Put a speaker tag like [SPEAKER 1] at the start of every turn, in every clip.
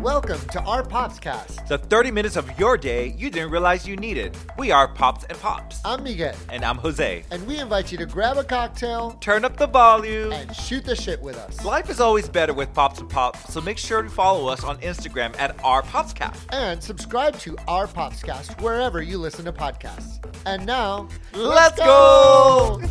[SPEAKER 1] Welcome to our Popscast.
[SPEAKER 2] The 30 minutes of your day you didn't realize you needed. We are Pops and Pops.
[SPEAKER 1] I'm Miguel,
[SPEAKER 2] And I'm Jose.
[SPEAKER 1] and we invite you to grab a cocktail
[SPEAKER 2] Turn up the volume.
[SPEAKER 1] and shoot the shit with us.
[SPEAKER 2] Life is always better with Pops and Pops, so make sure to follow us on Instagram at our Popscast.
[SPEAKER 1] And subscribe to our Popscast wherever you listen to podcasts. And now,
[SPEAKER 2] Let's go!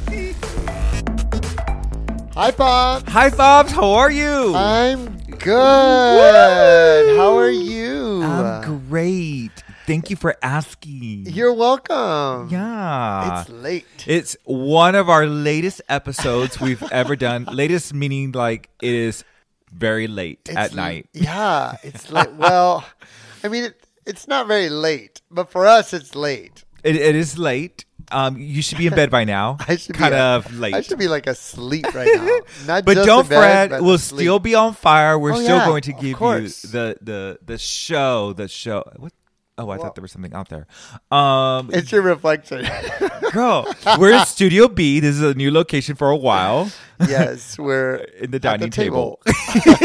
[SPEAKER 1] Hi, Pop.
[SPEAKER 2] Hi, Fobs. How are you?
[SPEAKER 1] I'm good. How are you?
[SPEAKER 2] I'm great. Thank you for asking.
[SPEAKER 1] You're welcome.
[SPEAKER 2] yeah. Uh,
[SPEAKER 1] It's late.
[SPEAKER 2] It's one of our latest episodes we've ever done. Latest meaning like it is very late
[SPEAKER 1] It's
[SPEAKER 2] at
[SPEAKER 1] l-
[SPEAKER 2] night.
[SPEAKER 1] Yeah, it's late. well, I mean, it, it's not very late, but for us, it's late.
[SPEAKER 2] It, it is late. Um, you should be in bed by now.
[SPEAKER 1] I should be
[SPEAKER 2] kind
[SPEAKER 1] a-
[SPEAKER 2] of late.
[SPEAKER 1] I should be like asleep right now. Not
[SPEAKER 2] but
[SPEAKER 1] just
[SPEAKER 2] don't
[SPEAKER 1] in bed,
[SPEAKER 2] fret.
[SPEAKER 1] but
[SPEAKER 2] we'll
[SPEAKER 1] asleep.
[SPEAKER 2] still be on fire. We're
[SPEAKER 1] Oh,
[SPEAKER 2] still
[SPEAKER 1] yeah,
[SPEAKER 2] going to
[SPEAKER 1] of
[SPEAKER 2] give you
[SPEAKER 1] course.
[SPEAKER 2] the the the show. The show. What? Oh, I thought there was something out there. Um,
[SPEAKER 1] It's your reflection.
[SPEAKER 2] girl, we're in Studio B. This is a new location for a while.
[SPEAKER 1] yes, we're
[SPEAKER 2] In the
[SPEAKER 1] at
[SPEAKER 2] dining table.
[SPEAKER 1] table.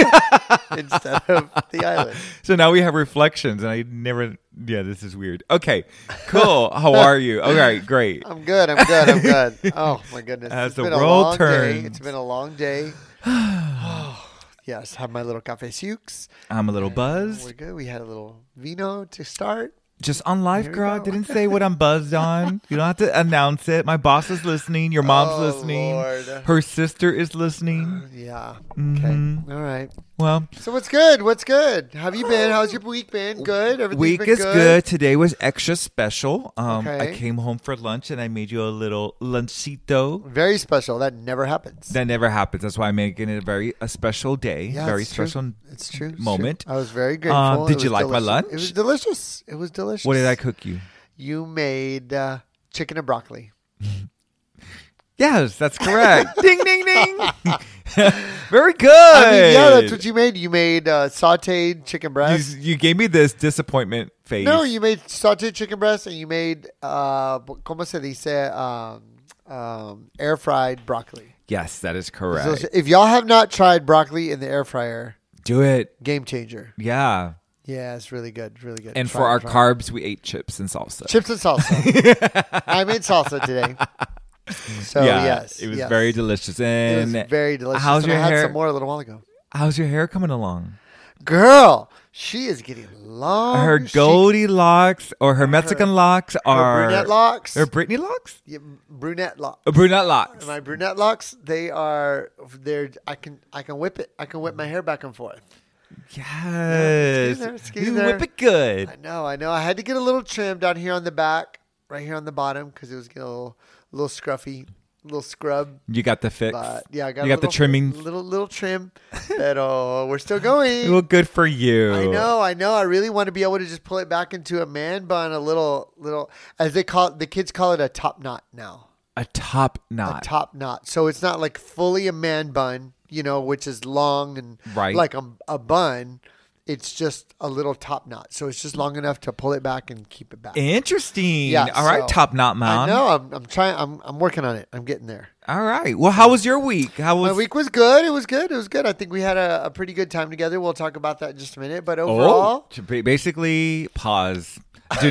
[SPEAKER 1] instead of the island.
[SPEAKER 2] So now we have reflections, and I never. Yeah, this is weird. Okay, cool. How are you? All right, great.
[SPEAKER 1] I'm good. I'm good. I'm good. Oh my goodness!
[SPEAKER 2] As
[SPEAKER 1] It's
[SPEAKER 2] the
[SPEAKER 1] been a
[SPEAKER 2] world
[SPEAKER 1] long
[SPEAKER 2] turns.
[SPEAKER 1] day. It's been a long day. yes, have my little cafe sukes.
[SPEAKER 2] I'm a little buzzed.
[SPEAKER 1] We're good. We had a little vino to start.
[SPEAKER 2] Just on life,
[SPEAKER 1] Here we
[SPEAKER 2] girl. I
[SPEAKER 1] go.
[SPEAKER 2] didn't say what I'm buzzed on. You don't have to announce it. My boss is listening. Your mom's
[SPEAKER 1] Oh,
[SPEAKER 2] listening.
[SPEAKER 1] Lord. Uh,
[SPEAKER 2] Her sister is listening.
[SPEAKER 1] Yeah. Okay.
[SPEAKER 2] Mhm.
[SPEAKER 1] All right.
[SPEAKER 2] Well,
[SPEAKER 1] So what's good? What's good? Have you been? How's your week been? Good. Everything
[SPEAKER 2] week
[SPEAKER 1] been
[SPEAKER 2] is good. Today was extra special. Um, I
[SPEAKER 1] Okay.
[SPEAKER 2] came home for lunch and I made you a little lunchito.
[SPEAKER 1] Very special. That never happens.
[SPEAKER 2] That never happens. That's why I'm making it a very a special day.
[SPEAKER 1] Yeah,
[SPEAKER 2] very
[SPEAKER 1] it's true.
[SPEAKER 2] special.
[SPEAKER 1] It's true. it's true.
[SPEAKER 2] moment.
[SPEAKER 1] I was very grateful.
[SPEAKER 2] Um, did
[SPEAKER 1] It
[SPEAKER 2] you
[SPEAKER 1] was
[SPEAKER 2] like my
[SPEAKER 1] delicious. It was
[SPEAKER 2] lunch?
[SPEAKER 1] delicious. It was delicious.
[SPEAKER 2] What did I cook you?
[SPEAKER 1] You made uh, chicken and broccoli.
[SPEAKER 2] Yes, that's correct. ding ding ding. very good.
[SPEAKER 1] I mean, yeah, that's what you made. You made uh, sautéed chicken breast.
[SPEAKER 2] you, you gave me this disappointment face.
[SPEAKER 1] no, you made sautéed chicken breast, and you made uh, como se dice um, um, air fried broccoli.
[SPEAKER 2] Yes, that is
[SPEAKER 1] It's
[SPEAKER 2] correct.
[SPEAKER 1] delicious. If y'all have not tried broccoli in the air fryer,
[SPEAKER 2] Do it.
[SPEAKER 1] game changer.
[SPEAKER 2] Yeah.
[SPEAKER 1] Yeah, it's really good. It's Really good.
[SPEAKER 2] And
[SPEAKER 1] Try
[SPEAKER 2] for
[SPEAKER 1] it,
[SPEAKER 2] our
[SPEAKER 1] try it.
[SPEAKER 2] carbs, we ate chips and salsa.
[SPEAKER 1] chips and salsa. I made salsa today. So Oh, yes,
[SPEAKER 2] it was
[SPEAKER 1] yes.
[SPEAKER 2] very delicious. And
[SPEAKER 1] it was very delicious.
[SPEAKER 2] How's
[SPEAKER 1] and
[SPEAKER 2] your
[SPEAKER 1] I had
[SPEAKER 2] hair?
[SPEAKER 1] some more a little while ago.
[SPEAKER 2] How's your hair coming along?
[SPEAKER 1] Girl, she is getting long.
[SPEAKER 2] her
[SPEAKER 1] Oh, She-
[SPEAKER 2] Goldilocks or her Mexican locks are
[SPEAKER 1] her brunette locks.
[SPEAKER 2] Her Britney locks?
[SPEAKER 1] Yeah, brunette locks.
[SPEAKER 2] Uh, brunette locks.
[SPEAKER 1] My brunette locks. They are. They're. I can. I can whip it. I can whip my hair back and forth.
[SPEAKER 2] yes.
[SPEAKER 1] there, it's getting
[SPEAKER 2] you
[SPEAKER 1] there.
[SPEAKER 2] whip it good.
[SPEAKER 1] I know. I know. I had to get a little trim down here on the back, right here on the bottom, because it was getting a little, little scruffy, little scrub.
[SPEAKER 2] You got the fix.
[SPEAKER 1] But yeah, I got
[SPEAKER 2] you
[SPEAKER 1] a
[SPEAKER 2] got the
[SPEAKER 1] little-
[SPEAKER 2] trimming.
[SPEAKER 1] little little trim. But oh, we're still going.
[SPEAKER 2] Well, good for you.
[SPEAKER 1] I know, I know. I really want to be able to just pull it back into a man bun, a little, little, as they call it, the kids call it a top knot now,
[SPEAKER 2] A top
[SPEAKER 1] a
[SPEAKER 2] knot.
[SPEAKER 1] top knot. So it's not like fully a man bun, you know, which is long and
[SPEAKER 2] Right.
[SPEAKER 1] like a, a bun. It's just a little top knot. So it's just long enough to pull it back and keep it back.
[SPEAKER 2] Interesting.
[SPEAKER 1] Yeah,
[SPEAKER 2] All right,
[SPEAKER 1] so-
[SPEAKER 2] top knot
[SPEAKER 1] I
[SPEAKER 2] mom.
[SPEAKER 1] know. I'm, I'm trying. I'm, I'm working on it. I'm getting there.
[SPEAKER 2] All right. Well, how was your week? How was
[SPEAKER 1] My week was good. It was good. It was good. I think we had a, a pretty good time together. We'll talk about that in just a minute. But overall,
[SPEAKER 2] Oh, to ba- basically pause. Do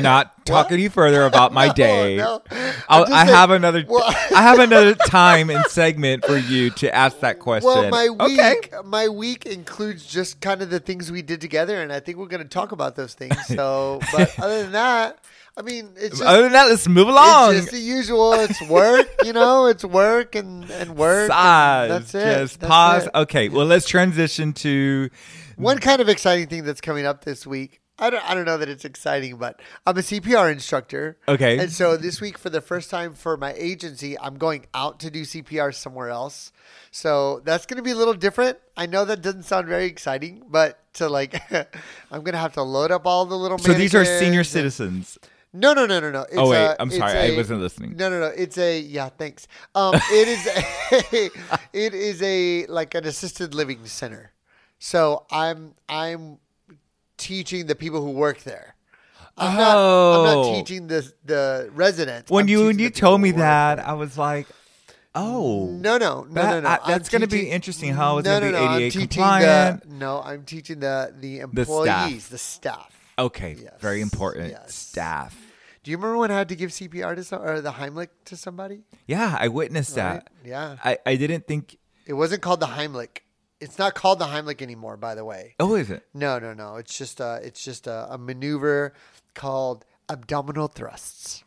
[SPEAKER 2] not talk any further about my day.
[SPEAKER 1] no.
[SPEAKER 2] I'll,
[SPEAKER 1] I'm just
[SPEAKER 2] I
[SPEAKER 1] saying-
[SPEAKER 2] have another.
[SPEAKER 1] Well-
[SPEAKER 2] I have another time and segment for you to ask that question.
[SPEAKER 1] Well, my week,
[SPEAKER 2] Okay.
[SPEAKER 1] my week includes just kind of the things we did together, and I think we're going to talk about those things. So, but other than that, I mean, it's just,
[SPEAKER 2] Other than that, let's move along.
[SPEAKER 1] it's just the usual. It's work, you know, it's work and and work.
[SPEAKER 2] Size.
[SPEAKER 1] and that's it.
[SPEAKER 2] Just
[SPEAKER 1] That's
[SPEAKER 2] pause.
[SPEAKER 1] it.
[SPEAKER 2] Okay. Well, let's transition to.
[SPEAKER 1] One kind of exciting thing that's coming up this week. I don't, I don't know that it's exciting, but I'm a CPR instructor.
[SPEAKER 2] Okay.
[SPEAKER 1] And so this week, for the first time for my agency, I'm going out to do CPR somewhere else. So that's going to be a little different. I know that doesn't sound very exciting, but to like, I'm going to have to load up all the little.
[SPEAKER 2] So these are senior
[SPEAKER 1] mannequins and-
[SPEAKER 2] citizens.
[SPEAKER 1] no, no, no, no, no. It's
[SPEAKER 2] Oh, wait.
[SPEAKER 1] a-
[SPEAKER 2] I'm
[SPEAKER 1] it's
[SPEAKER 2] sorry. I
[SPEAKER 1] a-
[SPEAKER 2] wasn't listening.
[SPEAKER 1] No, no, no. It's a yeah. Thanks. Um, it is. A, it is a like an assisted living center. So I'm I'm teaching the people who work there. I'm not. I'm
[SPEAKER 2] Oh.
[SPEAKER 1] not teaching the the residents.
[SPEAKER 2] When
[SPEAKER 1] I'm
[SPEAKER 2] you
[SPEAKER 1] teaching
[SPEAKER 2] when
[SPEAKER 1] the
[SPEAKER 2] you
[SPEAKER 1] people
[SPEAKER 2] told me
[SPEAKER 1] who work
[SPEAKER 2] that, I was like, Oh,
[SPEAKER 1] No, no, no,
[SPEAKER 2] That-
[SPEAKER 1] no, no.
[SPEAKER 2] I-
[SPEAKER 1] I'm
[SPEAKER 2] that's gonna be
[SPEAKER 1] teaching-
[SPEAKER 2] interesting how it's
[SPEAKER 1] no,
[SPEAKER 2] gonna
[SPEAKER 1] no,
[SPEAKER 2] be
[SPEAKER 1] no, I'm
[SPEAKER 2] ADA
[SPEAKER 1] teaching
[SPEAKER 2] compliant.
[SPEAKER 1] The, no, I'm teaching the the
[SPEAKER 2] staff.
[SPEAKER 1] employees, the staff.
[SPEAKER 2] okay, very
[SPEAKER 1] Yes,
[SPEAKER 2] important
[SPEAKER 1] yes.
[SPEAKER 2] staff.
[SPEAKER 1] Do you remember when I had to give CPR to some, or the Heimlich to somebody?
[SPEAKER 2] Yeah, I witnessed
[SPEAKER 1] Right?
[SPEAKER 2] that.
[SPEAKER 1] Yeah.
[SPEAKER 2] I, I didn't think.
[SPEAKER 1] It wasn't called the Heimlich. It's not called the Heimlich anymore, by the way.
[SPEAKER 2] Oh, is it?
[SPEAKER 1] No, no, no. It's just a, it's just a, a maneuver called abdominal thrusts.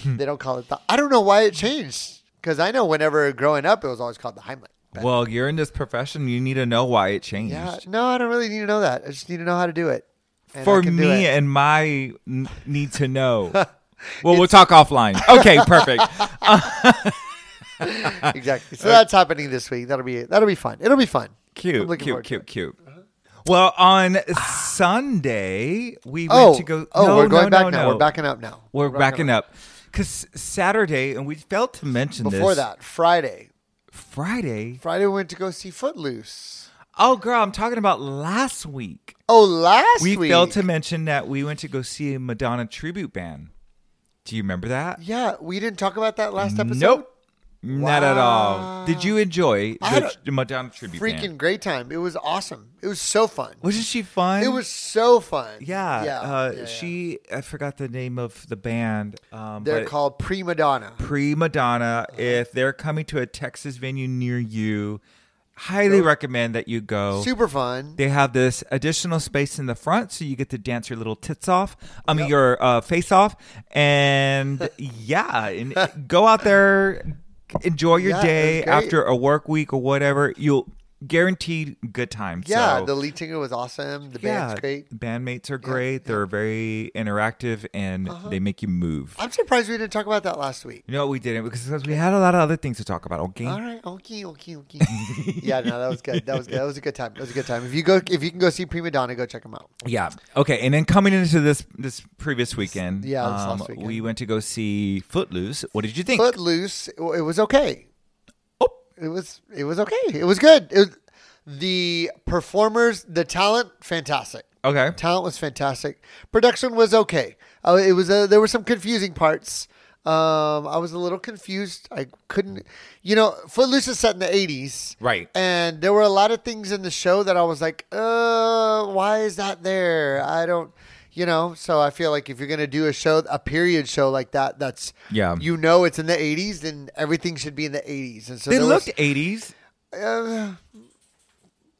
[SPEAKER 2] Hmm.
[SPEAKER 1] they don't call it the. I don't know why it changed because I know whenever growing up it was always called the Heimlich. But
[SPEAKER 2] Well, you're in this profession. You need to know why it changed.
[SPEAKER 1] yeah, no, I don't really need to know that. I just need to know how to do it. And I
[SPEAKER 2] For
[SPEAKER 1] can do
[SPEAKER 2] me
[SPEAKER 1] it.
[SPEAKER 2] and my n- need to know. well, we'll talk offline. Okay, perfect.
[SPEAKER 1] exactly.
[SPEAKER 2] Uh,
[SPEAKER 1] So that's happening this week. That'll be that'll be fun. It'll be fun. I'm
[SPEAKER 2] Cute,
[SPEAKER 1] looking forward
[SPEAKER 2] cute,
[SPEAKER 1] to Uh-huh. Ah.
[SPEAKER 2] cute, cute. Well, on Sunday we
[SPEAKER 1] Oh,
[SPEAKER 2] went to go.
[SPEAKER 1] oh,
[SPEAKER 2] no,
[SPEAKER 1] we're going
[SPEAKER 2] no,
[SPEAKER 1] back
[SPEAKER 2] no,
[SPEAKER 1] now.
[SPEAKER 2] no.
[SPEAKER 1] We're backing up now.
[SPEAKER 2] We're backing up because Saturday, and we failed to mention
[SPEAKER 1] Before
[SPEAKER 2] this,
[SPEAKER 1] that, Friday.
[SPEAKER 2] Friday.
[SPEAKER 1] Friday we went to go see Footloose.
[SPEAKER 2] Oh, girl, I'm talking about last week.
[SPEAKER 1] Oh, last
[SPEAKER 2] We
[SPEAKER 1] week.
[SPEAKER 2] failed to mention that we went to go see a Madonna tribute band. Do you remember that?
[SPEAKER 1] Yeah, we didn't talk about that last episode.
[SPEAKER 2] Nope. Not at
[SPEAKER 1] Wow.
[SPEAKER 2] all. Did you enjoy
[SPEAKER 1] I
[SPEAKER 2] the, the Madonna tribute
[SPEAKER 1] Freaking
[SPEAKER 2] band?
[SPEAKER 1] great time. It was awesome. It was so fun.
[SPEAKER 2] Wasn't she fun?
[SPEAKER 1] It was so fun.
[SPEAKER 2] Yeah.
[SPEAKER 1] Yeah.
[SPEAKER 2] uh,
[SPEAKER 1] yeah, yeah.
[SPEAKER 2] she. I forgot the name of the band. Um,
[SPEAKER 1] They're Uh-huh.
[SPEAKER 2] but
[SPEAKER 1] called Prima Donna.
[SPEAKER 2] pre Madonna. If they're coming to a Texas venue near you, highly recommend that you go.
[SPEAKER 1] Super fun.
[SPEAKER 2] They have this additional space in the front, so you get to dance your little tits off. I mean, your uh, face off, and yeah, and go out there, enjoy your
[SPEAKER 1] Yeah, it was
[SPEAKER 2] day
[SPEAKER 1] great.
[SPEAKER 2] after a work week or whatever. You'll guaranteed good time.
[SPEAKER 1] Yeah,
[SPEAKER 2] so,
[SPEAKER 1] the lead singer was awesome. The band's great.
[SPEAKER 2] Bandmates are great. They're very interactive and
[SPEAKER 1] Uh-huh.
[SPEAKER 2] they make you move.
[SPEAKER 1] I'm surprised we didn't talk about that last week.
[SPEAKER 2] you know we didn't because because we had a lot of other things to talk about. Okay.
[SPEAKER 1] All right, okay, okay, okay. yeah, no, that was good. That was good. That was a good time. That was a good time. If you go, if you can go see Prima Donna, go check them out.
[SPEAKER 2] Yeah. Okay. And then coming into this this previous weekend, um,
[SPEAKER 1] yeah, this last weekend.
[SPEAKER 2] we went to go see Footloose. What did you think?
[SPEAKER 1] Footloose, it it was okay.
[SPEAKER 2] Oh.
[SPEAKER 1] It was it was okay. It was good. It was, the performers, the talent, fantastic.
[SPEAKER 2] Okay.
[SPEAKER 1] Talent was fantastic. Production was okay. Uh, it was uh there were some confusing parts. Um, I was a little confused. I couldn't, you know, Footloose is set in the eighties,
[SPEAKER 2] Right.
[SPEAKER 1] And there were a lot of things in the show that I was like, uh, why is that there? I don't, you know. So I feel like if you're gonna do a show, a period show like that, that's
[SPEAKER 2] Yeah.
[SPEAKER 1] you know, it's in the eighties, then everything should be in the eighties. And so
[SPEAKER 2] They
[SPEAKER 1] there
[SPEAKER 2] looked
[SPEAKER 1] was,
[SPEAKER 2] 80s,
[SPEAKER 1] uh,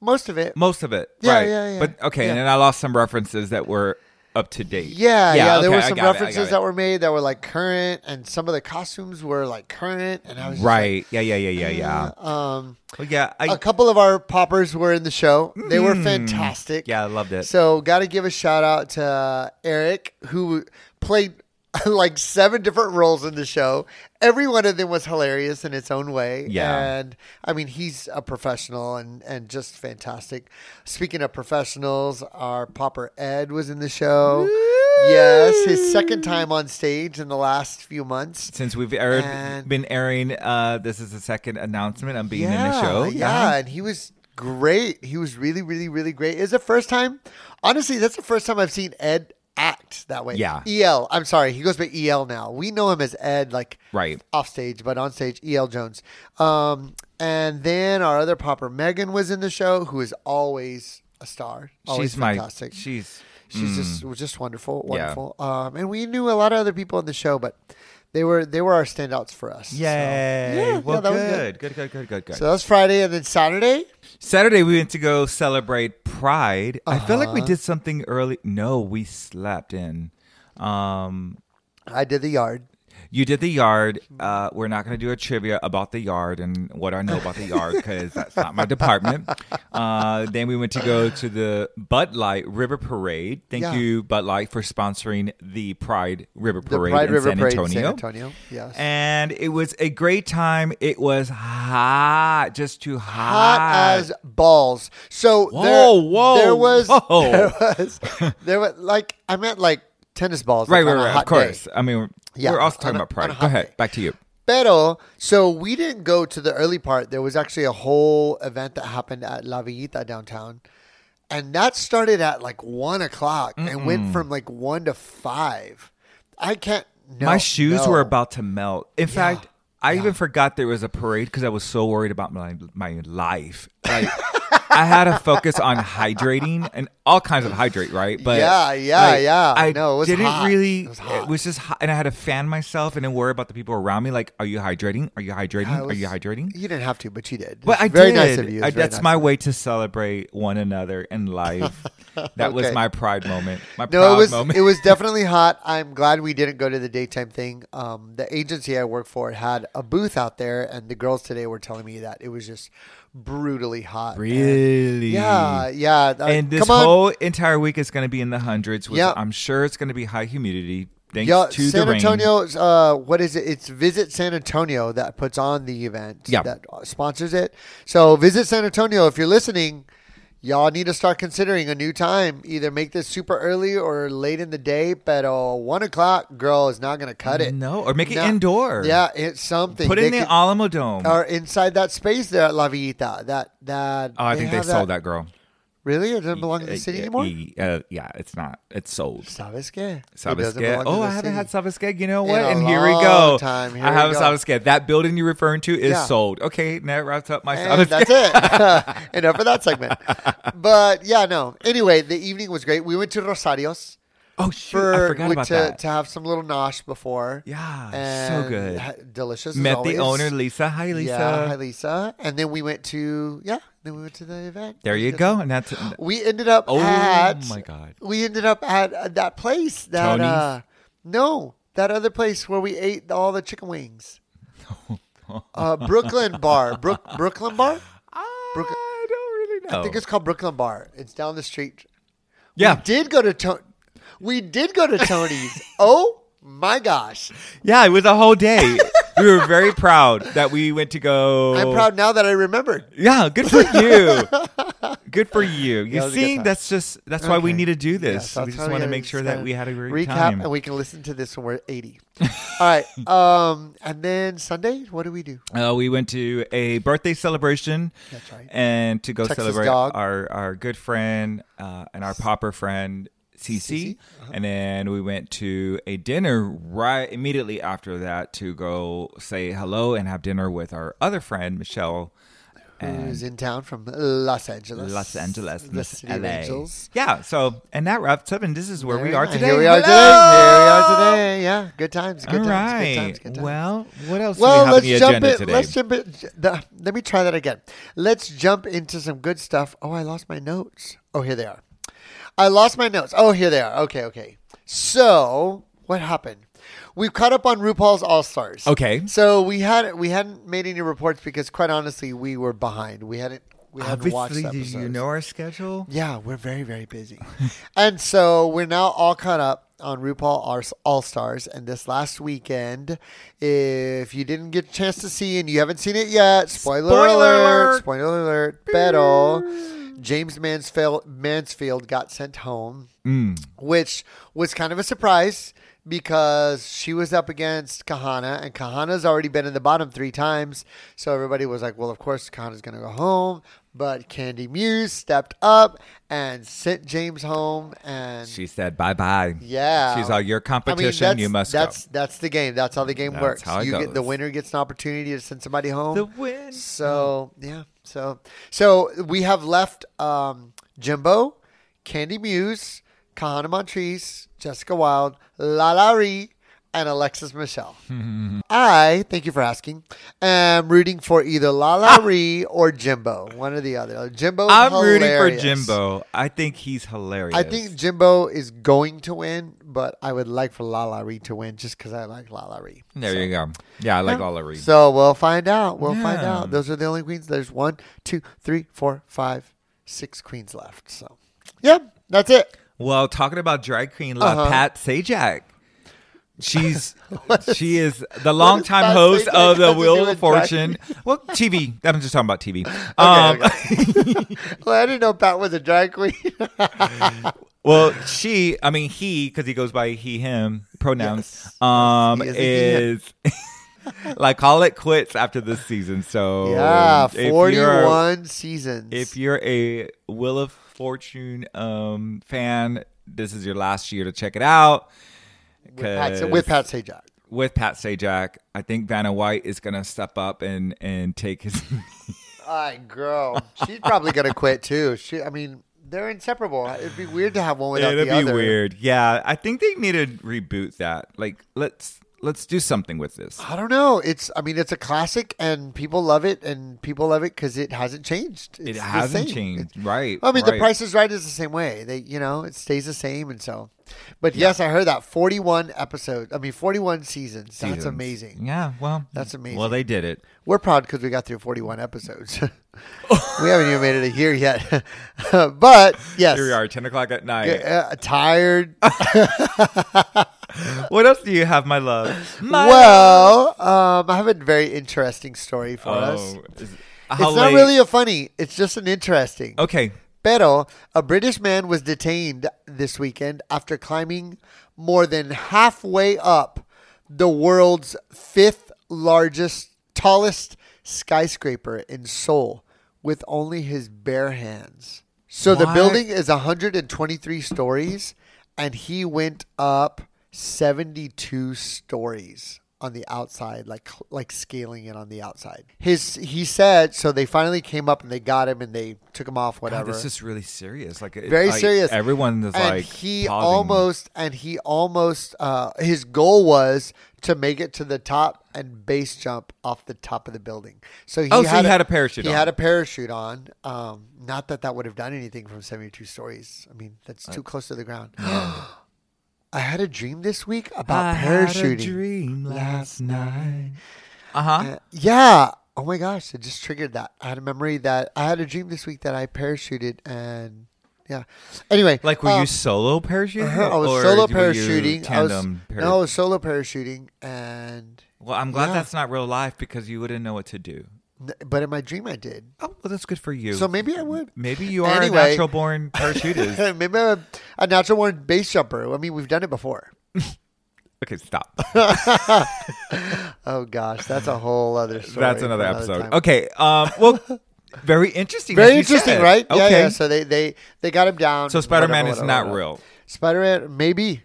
[SPEAKER 1] most of it.
[SPEAKER 2] most of it.
[SPEAKER 1] Yeah,
[SPEAKER 2] right.
[SPEAKER 1] yeah, yeah.
[SPEAKER 2] But okay,
[SPEAKER 1] Yeah.
[SPEAKER 2] and then I lost some references that were up to date.
[SPEAKER 1] Yeah, yeah. there
[SPEAKER 2] okay,
[SPEAKER 1] were
[SPEAKER 2] I
[SPEAKER 1] some
[SPEAKER 2] got it, I got
[SPEAKER 1] references
[SPEAKER 2] it.
[SPEAKER 1] that were made that were like current, and some of the costumes were like current, and I was just
[SPEAKER 2] Right. Yeah, yeah, yeah, yeah, yeah.
[SPEAKER 1] like, um,
[SPEAKER 2] Well, yeah, I Hmm.
[SPEAKER 1] a couple of our poppers were in the show. They were fantastic.
[SPEAKER 2] yeah, I loved it.
[SPEAKER 1] So, got to give a shout out to uh, Eric who played like seven different roles in the show. Every one of them was hilarious in its own way.
[SPEAKER 2] Yeah.
[SPEAKER 1] and I mean he's a professional and and just fantastic. Speaking of professionals, our popper Ed was in the show. Yes, his second time on stage in the last few months.
[SPEAKER 2] since we've aired,
[SPEAKER 1] And-
[SPEAKER 2] been airing, uh, this is the second announcement. I'm being in the show.
[SPEAKER 1] Yeah, and he was great. He was really, really, really great. It's the first time, honestly, that's the first time I've seen Ed act that way.
[SPEAKER 2] Yeah.
[SPEAKER 1] EL. I'm sorry, he goes by EL now. We know him as Ed, like
[SPEAKER 2] Right.
[SPEAKER 1] off stage, but on stage, EL Jones. Um, and then our other popper, Megan, was in the show, who is always a star. Always
[SPEAKER 2] She's my.
[SPEAKER 1] fantastic.
[SPEAKER 2] She's.
[SPEAKER 1] She's just was just wonderful,
[SPEAKER 2] Mm. Yeah.
[SPEAKER 1] wonderful. Um, and we knew a lot of other people in the show, but they were they were our standouts for us. So-
[SPEAKER 2] Yay.
[SPEAKER 1] yeah,
[SPEAKER 2] well,
[SPEAKER 1] that was
[SPEAKER 2] good. good. Good, good, good, good,
[SPEAKER 1] So that was Friday, and then Saturday.
[SPEAKER 2] Saturday we went to go celebrate Pride. I feel like
[SPEAKER 1] Uh-huh.
[SPEAKER 2] we did something early. No, we slept in. Um,
[SPEAKER 1] I did the yard.
[SPEAKER 2] you did the yard. Uh, we're not going to do a trivia about the yard and what I know about the yard because that's not my department. Uh, then we went to go to the Bud Light River Parade. Thank
[SPEAKER 1] Yeah.
[SPEAKER 2] you, Bud Light, for sponsoring the Pride River
[SPEAKER 1] The
[SPEAKER 2] Parade
[SPEAKER 1] Pride
[SPEAKER 2] in
[SPEAKER 1] River
[SPEAKER 2] San
[SPEAKER 1] Parade in
[SPEAKER 2] Antonio.
[SPEAKER 1] San Antonio. Yes.
[SPEAKER 2] And it was a great time. It was hot, just too hot.
[SPEAKER 1] Hot as balls. So
[SPEAKER 2] Whoa,
[SPEAKER 1] there,
[SPEAKER 2] whoa,
[SPEAKER 1] there was
[SPEAKER 2] whoa.
[SPEAKER 1] there was there was like I meant like tennis balls.
[SPEAKER 2] Right,
[SPEAKER 1] like,
[SPEAKER 2] right,
[SPEAKER 1] on a
[SPEAKER 2] right.
[SPEAKER 1] hot
[SPEAKER 2] Of course.
[SPEAKER 1] day.
[SPEAKER 2] I mean,
[SPEAKER 1] Yeah,
[SPEAKER 2] we're also
[SPEAKER 1] on
[SPEAKER 2] talking
[SPEAKER 1] a-
[SPEAKER 2] about
[SPEAKER 1] on a
[SPEAKER 2] pride.
[SPEAKER 1] hot
[SPEAKER 2] Go ahead.
[SPEAKER 1] day.
[SPEAKER 2] Back to you.
[SPEAKER 1] Pero, so we didn't go to the early part. There was actually a whole event that happened at La Villita downtown. And that started at like one o'clock and went from like one to five. I can't. No,
[SPEAKER 2] My shoes
[SPEAKER 1] no.
[SPEAKER 2] were about to melt. In fact, I even forgot there was a parade because I was so worried about my my life. Like, I had to focus on hydrating and all kinds of hydrate, right?
[SPEAKER 1] Yeah, yeah, yeah.
[SPEAKER 2] I
[SPEAKER 1] No, it was
[SPEAKER 2] didn't
[SPEAKER 1] hot.
[SPEAKER 2] really.
[SPEAKER 1] It was hot.
[SPEAKER 2] just hot, and I had to fan myself and then worry about the people around me. Like, are you hydrating? Are you hydrating?
[SPEAKER 1] I
[SPEAKER 2] are
[SPEAKER 1] was-
[SPEAKER 2] you hydrating?
[SPEAKER 1] You didn't have to, but you did.
[SPEAKER 2] But
[SPEAKER 1] It's
[SPEAKER 2] I
[SPEAKER 1] very
[SPEAKER 2] did.
[SPEAKER 1] nice of you. It's
[SPEAKER 2] I-
[SPEAKER 1] very
[SPEAKER 2] that's
[SPEAKER 1] nice
[SPEAKER 2] my
[SPEAKER 1] of
[SPEAKER 2] way to celebrate one another in life. that was
[SPEAKER 1] Okay.
[SPEAKER 2] my pride moment. My
[SPEAKER 1] you.
[SPEAKER 2] proud
[SPEAKER 1] No, it was
[SPEAKER 2] moment.
[SPEAKER 1] it was definitely hot. I'm glad we didn't go to the daytime thing. Um, the agency I work for had a booth out there, and the girls today were telling me that it was just brutally hot. And-
[SPEAKER 2] really.
[SPEAKER 1] yeah, yeah. uh,
[SPEAKER 2] And this
[SPEAKER 1] come on.
[SPEAKER 2] whole entire week is going to be in the hundreds. With,
[SPEAKER 1] Yeah.
[SPEAKER 2] I'm sure it's going to be high humidity. Thanks
[SPEAKER 1] Yeah,
[SPEAKER 2] to
[SPEAKER 1] San
[SPEAKER 2] the rain.
[SPEAKER 1] Antonio's. Uh, what is it? It's Visit San Antonio that puts on the event.
[SPEAKER 2] Yeah.
[SPEAKER 1] that uh, sponsors it. So Visit San Antonio, if you're listening, y'all need to start considering a new time. Either make this super early or late in the day. But uh, one o'clock, girl, is not going to cut it.
[SPEAKER 2] No, or make it
[SPEAKER 1] No.
[SPEAKER 2] indoor.
[SPEAKER 1] Yeah, it's something.
[SPEAKER 2] Put it
[SPEAKER 1] They
[SPEAKER 2] in the
[SPEAKER 1] could-
[SPEAKER 2] Alamo Dome.
[SPEAKER 1] or inside that space there at La Villita. That that.
[SPEAKER 2] oh, I think they
[SPEAKER 1] have
[SPEAKER 2] sold that, girl.
[SPEAKER 1] Really, it doesn't belong in the
[SPEAKER 2] Uh,
[SPEAKER 1] city
[SPEAKER 2] yeah,
[SPEAKER 1] anymore.
[SPEAKER 2] uh, yeah, it's not. It's sold.
[SPEAKER 1] Sabes qué? It doesn't
[SPEAKER 2] Sabasket.
[SPEAKER 1] belong to
[SPEAKER 2] Oh,
[SPEAKER 1] the
[SPEAKER 2] I
[SPEAKER 1] city.
[SPEAKER 2] haven't had Sabasket. You know
[SPEAKER 1] In
[SPEAKER 2] what?
[SPEAKER 1] a
[SPEAKER 2] And here we
[SPEAKER 1] long
[SPEAKER 2] go.
[SPEAKER 1] time. Here
[SPEAKER 2] I
[SPEAKER 1] we
[SPEAKER 2] have
[SPEAKER 1] go.
[SPEAKER 2] Sabasket. That building you're referring to is
[SPEAKER 1] Yeah.
[SPEAKER 2] sold. Okay, now that wraps up my
[SPEAKER 1] And
[SPEAKER 2] Sabasket.
[SPEAKER 1] Eh, that's it. Enough of that segment. But yeah, no. Anyway, the evening was great. We went to Rosario's
[SPEAKER 2] Oh, shoot. I
[SPEAKER 1] for
[SPEAKER 2] forgot
[SPEAKER 1] we-
[SPEAKER 2] about
[SPEAKER 1] to,
[SPEAKER 2] that.
[SPEAKER 1] to have some little nosh before.
[SPEAKER 2] Yeah, so
[SPEAKER 1] And
[SPEAKER 2] good.
[SPEAKER 1] ha- delicious. as
[SPEAKER 2] Met
[SPEAKER 1] always.
[SPEAKER 2] the owner, Lisa. Hi, Lisa.
[SPEAKER 1] Yeah, hi Lisa. And then we went to yeah. Then we went to the event.
[SPEAKER 2] There you go. And that's.
[SPEAKER 1] We ended up
[SPEAKER 2] Oh,
[SPEAKER 1] at
[SPEAKER 2] my God.
[SPEAKER 1] We ended up at uh, that place that
[SPEAKER 2] Tony's?
[SPEAKER 1] uh no that other place where we ate all the chicken wings. uh, Brooklyn Bar, Brook Brooklyn Bar.
[SPEAKER 2] I don't really know.
[SPEAKER 1] I think it's called Brooklyn Bar. It's down the street.
[SPEAKER 2] Oh. yeah,
[SPEAKER 1] We did go to Tony. We did go to Tony's. oh my gosh!
[SPEAKER 2] yeah. It was a whole day. we were very proud that we went to go.
[SPEAKER 1] I'm proud now that I remembered.
[SPEAKER 2] Yeah, good for you. good for you. You
[SPEAKER 1] was a good
[SPEAKER 2] see,
[SPEAKER 1] time.
[SPEAKER 2] that's just that's why we
[SPEAKER 1] Okay.
[SPEAKER 2] need to do this.
[SPEAKER 1] Yes, I'll
[SPEAKER 2] we just
[SPEAKER 1] tell
[SPEAKER 2] want to
[SPEAKER 1] you,
[SPEAKER 2] make sure
[SPEAKER 1] kinda
[SPEAKER 2] that we had a great
[SPEAKER 1] recap,
[SPEAKER 2] time.
[SPEAKER 1] and we can listen to this when we're 80. All right. Um, and then Sunday, what do we do?
[SPEAKER 2] Uh, we went to a birthday celebration.
[SPEAKER 1] That's right.
[SPEAKER 2] And to go
[SPEAKER 1] Texas
[SPEAKER 2] celebrate
[SPEAKER 1] dog.
[SPEAKER 2] our our good friend uh, and our popper friend Cece,
[SPEAKER 1] uh-huh.
[SPEAKER 2] and then we went to a dinner right immediately after that to go say hello and have dinner with our other friend Michelle.
[SPEAKER 1] Who's in town from Los Angeles?
[SPEAKER 2] Los Angeles,
[SPEAKER 1] the
[SPEAKER 2] Miss
[SPEAKER 1] city of
[SPEAKER 2] LA.
[SPEAKER 1] angels.
[SPEAKER 2] Yeah, so and that wraps up, and this is where we
[SPEAKER 1] Very
[SPEAKER 2] are
[SPEAKER 1] nice.
[SPEAKER 2] today.
[SPEAKER 1] Here we are today. Here we are today. Yeah, good times. Good
[SPEAKER 2] All
[SPEAKER 1] times.
[SPEAKER 2] right.
[SPEAKER 1] Good times. Good times.
[SPEAKER 2] Well, what else
[SPEAKER 1] well,
[SPEAKER 2] do
[SPEAKER 1] let's
[SPEAKER 2] we have on the
[SPEAKER 1] jump
[SPEAKER 2] agenda
[SPEAKER 1] in.
[SPEAKER 2] today?
[SPEAKER 1] Let's jump in. j- The, let me try that again. Let's jump into some good stuff. Oh, I lost my notes. Oh, here they are. I lost my notes. Oh, here they are. Okay, okay. So what happened? We've caught up on RuPaul's All Stars.
[SPEAKER 2] Okay.
[SPEAKER 1] So we had we hadn't made any reports because, quite honestly, we were behind. We hadn't we hadn't watched.
[SPEAKER 2] Obviously, did you
[SPEAKER 1] episodes.
[SPEAKER 2] know our schedule?
[SPEAKER 1] Yeah, we're very, very busy. and so we're now all caught up on RuPaul All Stars. And this last weekend, if you didn't get a chance to see and you haven't seen it yet, spoiler,
[SPEAKER 2] Spoiler
[SPEAKER 1] alert,
[SPEAKER 2] alert.
[SPEAKER 1] spoiler alert, Beto, James Mansfield, Mansfield got sent home, which was kind of a surprise. Because she was up against Kahana, and Kahana's already been in the bottom three times. So everybody was like, well, of course, Kahana's going to go home. But Candy Muse stepped up and sent James home, and
[SPEAKER 2] She said bye bye.
[SPEAKER 1] yeah,
[SPEAKER 2] She's all your competition.
[SPEAKER 1] that's,
[SPEAKER 2] you must
[SPEAKER 1] That's
[SPEAKER 2] go.
[SPEAKER 1] that's the game. That's how the game
[SPEAKER 2] That's
[SPEAKER 1] works.
[SPEAKER 2] how it
[SPEAKER 1] you get the
[SPEAKER 2] goes.
[SPEAKER 1] winner gets an opportunity to send somebody home.
[SPEAKER 2] The win. Oh.
[SPEAKER 1] So yeah, so so we have left um, Jimbo, Candy Muse, Kahana Montrese, Jessica Wilde, Lalari, and Alexis Michelle. I thank you for asking. Am rooting for either Lalari or Jimbo, one or the other. Jimbo,
[SPEAKER 2] Ah. I'm rooting for
[SPEAKER 1] hilarious.
[SPEAKER 2] Jimbo. I think he's hilarious.
[SPEAKER 1] I think Jimbo is going to win, but I would like for Lalari to win just because I like Lalari.
[SPEAKER 2] there you go. Yeah, I like Ollery.
[SPEAKER 1] So we'll find out. We'll find
[SPEAKER 2] Yeah.
[SPEAKER 1] out. Those are the only queens. There's one, two, three, four, five, six queens left. So, yeah, that's it.
[SPEAKER 2] Well, talking about drag queen La
[SPEAKER 1] Uh-huh.
[SPEAKER 2] Pat Sajak. She's she is the longtime
[SPEAKER 1] Pat
[SPEAKER 2] host
[SPEAKER 1] Sajak got
[SPEAKER 2] of the
[SPEAKER 1] to do
[SPEAKER 2] Wheel
[SPEAKER 1] with drag
[SPEAKER 2] of Fortune. Well, TV. I'm just talking about TV. um,
[SPEAKER 1] Well, I didn't know Pat was a drag queen.
[SPEAKER 2] Well, she, I mean, he, because he goes by he, him pronouns,
[SPEAKER 1] Yes.
[SPEAKER 2] um,
[SPEAKER 1] Yes, he
[SPEAKER 2] is,
[SPEAKER 1] is
[SPEAKER 2] like call it quits after this season. So
[SPEAKER 1] yeah,
[SPEAKER 2] Oh, if you're-
[SPEAKER 1] 41 seasons.
[SPEAKER 2] If you're a Will of Fortune um fan, this is your last year to check it out.
[SPEAKER 1] with, Pat,
[SPEAKER 2] 'cause-
[SPEAKER 1] with Pat Sajak.
[SPEAKER 2] with Pat Sajak. I think Vanna White is going to step up and and take his.
[SPEAKER 1] All right, girl. She's probably gonna quit too. She, I mean, they're inseparable. It'd be weird to have one without
[SPEAKER 2] It'd
[SPEAKER 1] the
[SPEAKER 2] be
[SPEAKER 1] other.
[SPEAKER 2] weird. Yeah, I think they need to reboot that. Like let's let's do something with this.
[SPEAKER 1] I don't know. It's. I mean, it's a classic, and people love it, and people love it because it hasn't changed.
[SPEAKER 2] It
[SPEAKER 1] It's the
[SPEAKER 2] hasn't
[SPEAKER 1] same.
[SPEAKER 2] changed,
[SPEAKER 1] It's-
[SPEAKER 2] right?
[SPEAKER 1] I mean, the
[SPEAKER 2] right.
[SPEAKER 1] Price is Right is the same way. They, you know, it stays the same, and so. But yes, I heard that forty-one episodes. I mean, forty-one seasons. That's
[SPEAKER 2] seasons.
[SPEAKER 1] amazing.
[SPEAKER 2] Yeah, well,
[SPEAKER 1] That's amazing.
[SPEAKER 2] Well, they did it.
[SPEAKER 1] We're proud because we got through 41 episodes. we haven't even made it a year yet. but yes,
[SPEAKER 2] Here we are, ten o'clock at night.
[SPEAKER 1] Uh, tired.
[SPEAKER 2] What else do you have, my love? My
[SPEAKER 1] well, um, I have a very interesting story for us.
[SPEAKER 2] Oh, is- how
[SPEAKER 1] It's not
[SPEAKER 2] late-
[SPEAKER 1] really a funny. It's just an interesting.
[SPEAKER 2] okay.
[SPEAKER 1] Pero a British man was detained this weekend after climbing more than halfway up the world's fifth largest, tallest skyscraper in Seoul with only his bare hands. So the
[SPEAKER 2] What?
[SPEAKER 1] building is 123 stories, and he went up 72 stories on the outside, like like scaling it on the outside. His he said so. They finally came up and they got him and they took him off.
[SPEAKER 2] God,
[SPEAKER 1] Whatever
[SPEAKER 2] this is really serious. Like it-
[SPEAKER 1] very
[SPEAKER 2] like,
[SPEAKER 1] serious.
[SPEAKER 2] Everyone is
[SPEAKER 1] and
[SPEAKER 2] like
[SPEAKER 1] he
[SPEAKER 2] pausing.
[SPEAKER 1] almost and he almost uh, his goal was to make it to the top and base jump off the top of the building. So he
[SPEAKER 2] Oh, so
[SPEAKER 1] had,
[SPEAKER 2] he had a parachute
[SPEAKER 1] He
[SPEAKER 2] on.
[SPEAKER 1] had a parachute on. Um, not that that would have done anything from seventy-two stories. I mean, that's too close to the ground. I had a dream this week about parachuting.
[SPEAKER 2] dream last night. Uh huh.
[SPEAKER 1] Yeah. Oh my gosh, it just triggered that. I had a memory that I had a dream this week that I parachuted and yeah. Anyway,
[SPEAKER 2] Like, were
[SPEAKER 1] um,
[SPEAKER 2] you solo parachuting?
[SPEAKER 1] I was
[SPEAKER 2] Uh-huh. or
[SPEAKER 1] solo
[SPEAKER 2] were you
[SPEAKER 1] parachuting. I was,
[SPEAKER 2] Tandem para-
[SPEAKER 1] no, I was solo parachuting, and
[SPEAKER 2] Well, I'm glad
[SPEAKER 1] Yeah.
[SPEAKER 2] that's not real life because you wouldn't know what to do.
[SPEAKER 1] but in my dream I did.
[SPEAKER 2] Oh, well, that's good for you.
[SPEAKER 1] So maybe I would.
[SPEAKER 2] Maybe you are
[SPEAKER 1] Anyway.
[SPEAKER 2] a natural born parachutist.
[SPEAKER 1] Maybe I'm a, a natural born base jumper. I mean, we've done it before.
[SPEAKER 2] okay, stop.
[SPEAKER 1] Oh gosh, that's a whole other story.
[SPEAKER 2] that's
[SPEAKER 1] for
[SPEAKER 2] another episode.
[SPEAKER 1] time.
[SPEAKER 2] Okay. Um. Well, very interesting.
[SPEAKER 1] Very
[SPEAKER 2] as you
[SPEAKER 1] interesting,
[SPEAKER 2] said.
[SPEAKER 1] right? Yeah,
[SPEAKER 2] Okay.
[SPEAKER 1] yeah. So they they they got him down.
[SPEAKER 2] So Spider-Man is
[SPEAKER 1] whatever,
[SPEAKER 2] not
[SPEAKER 1] whatever.
[SPEAKER 2] real.
[SPEAKER 1] Spider-Man, maybe.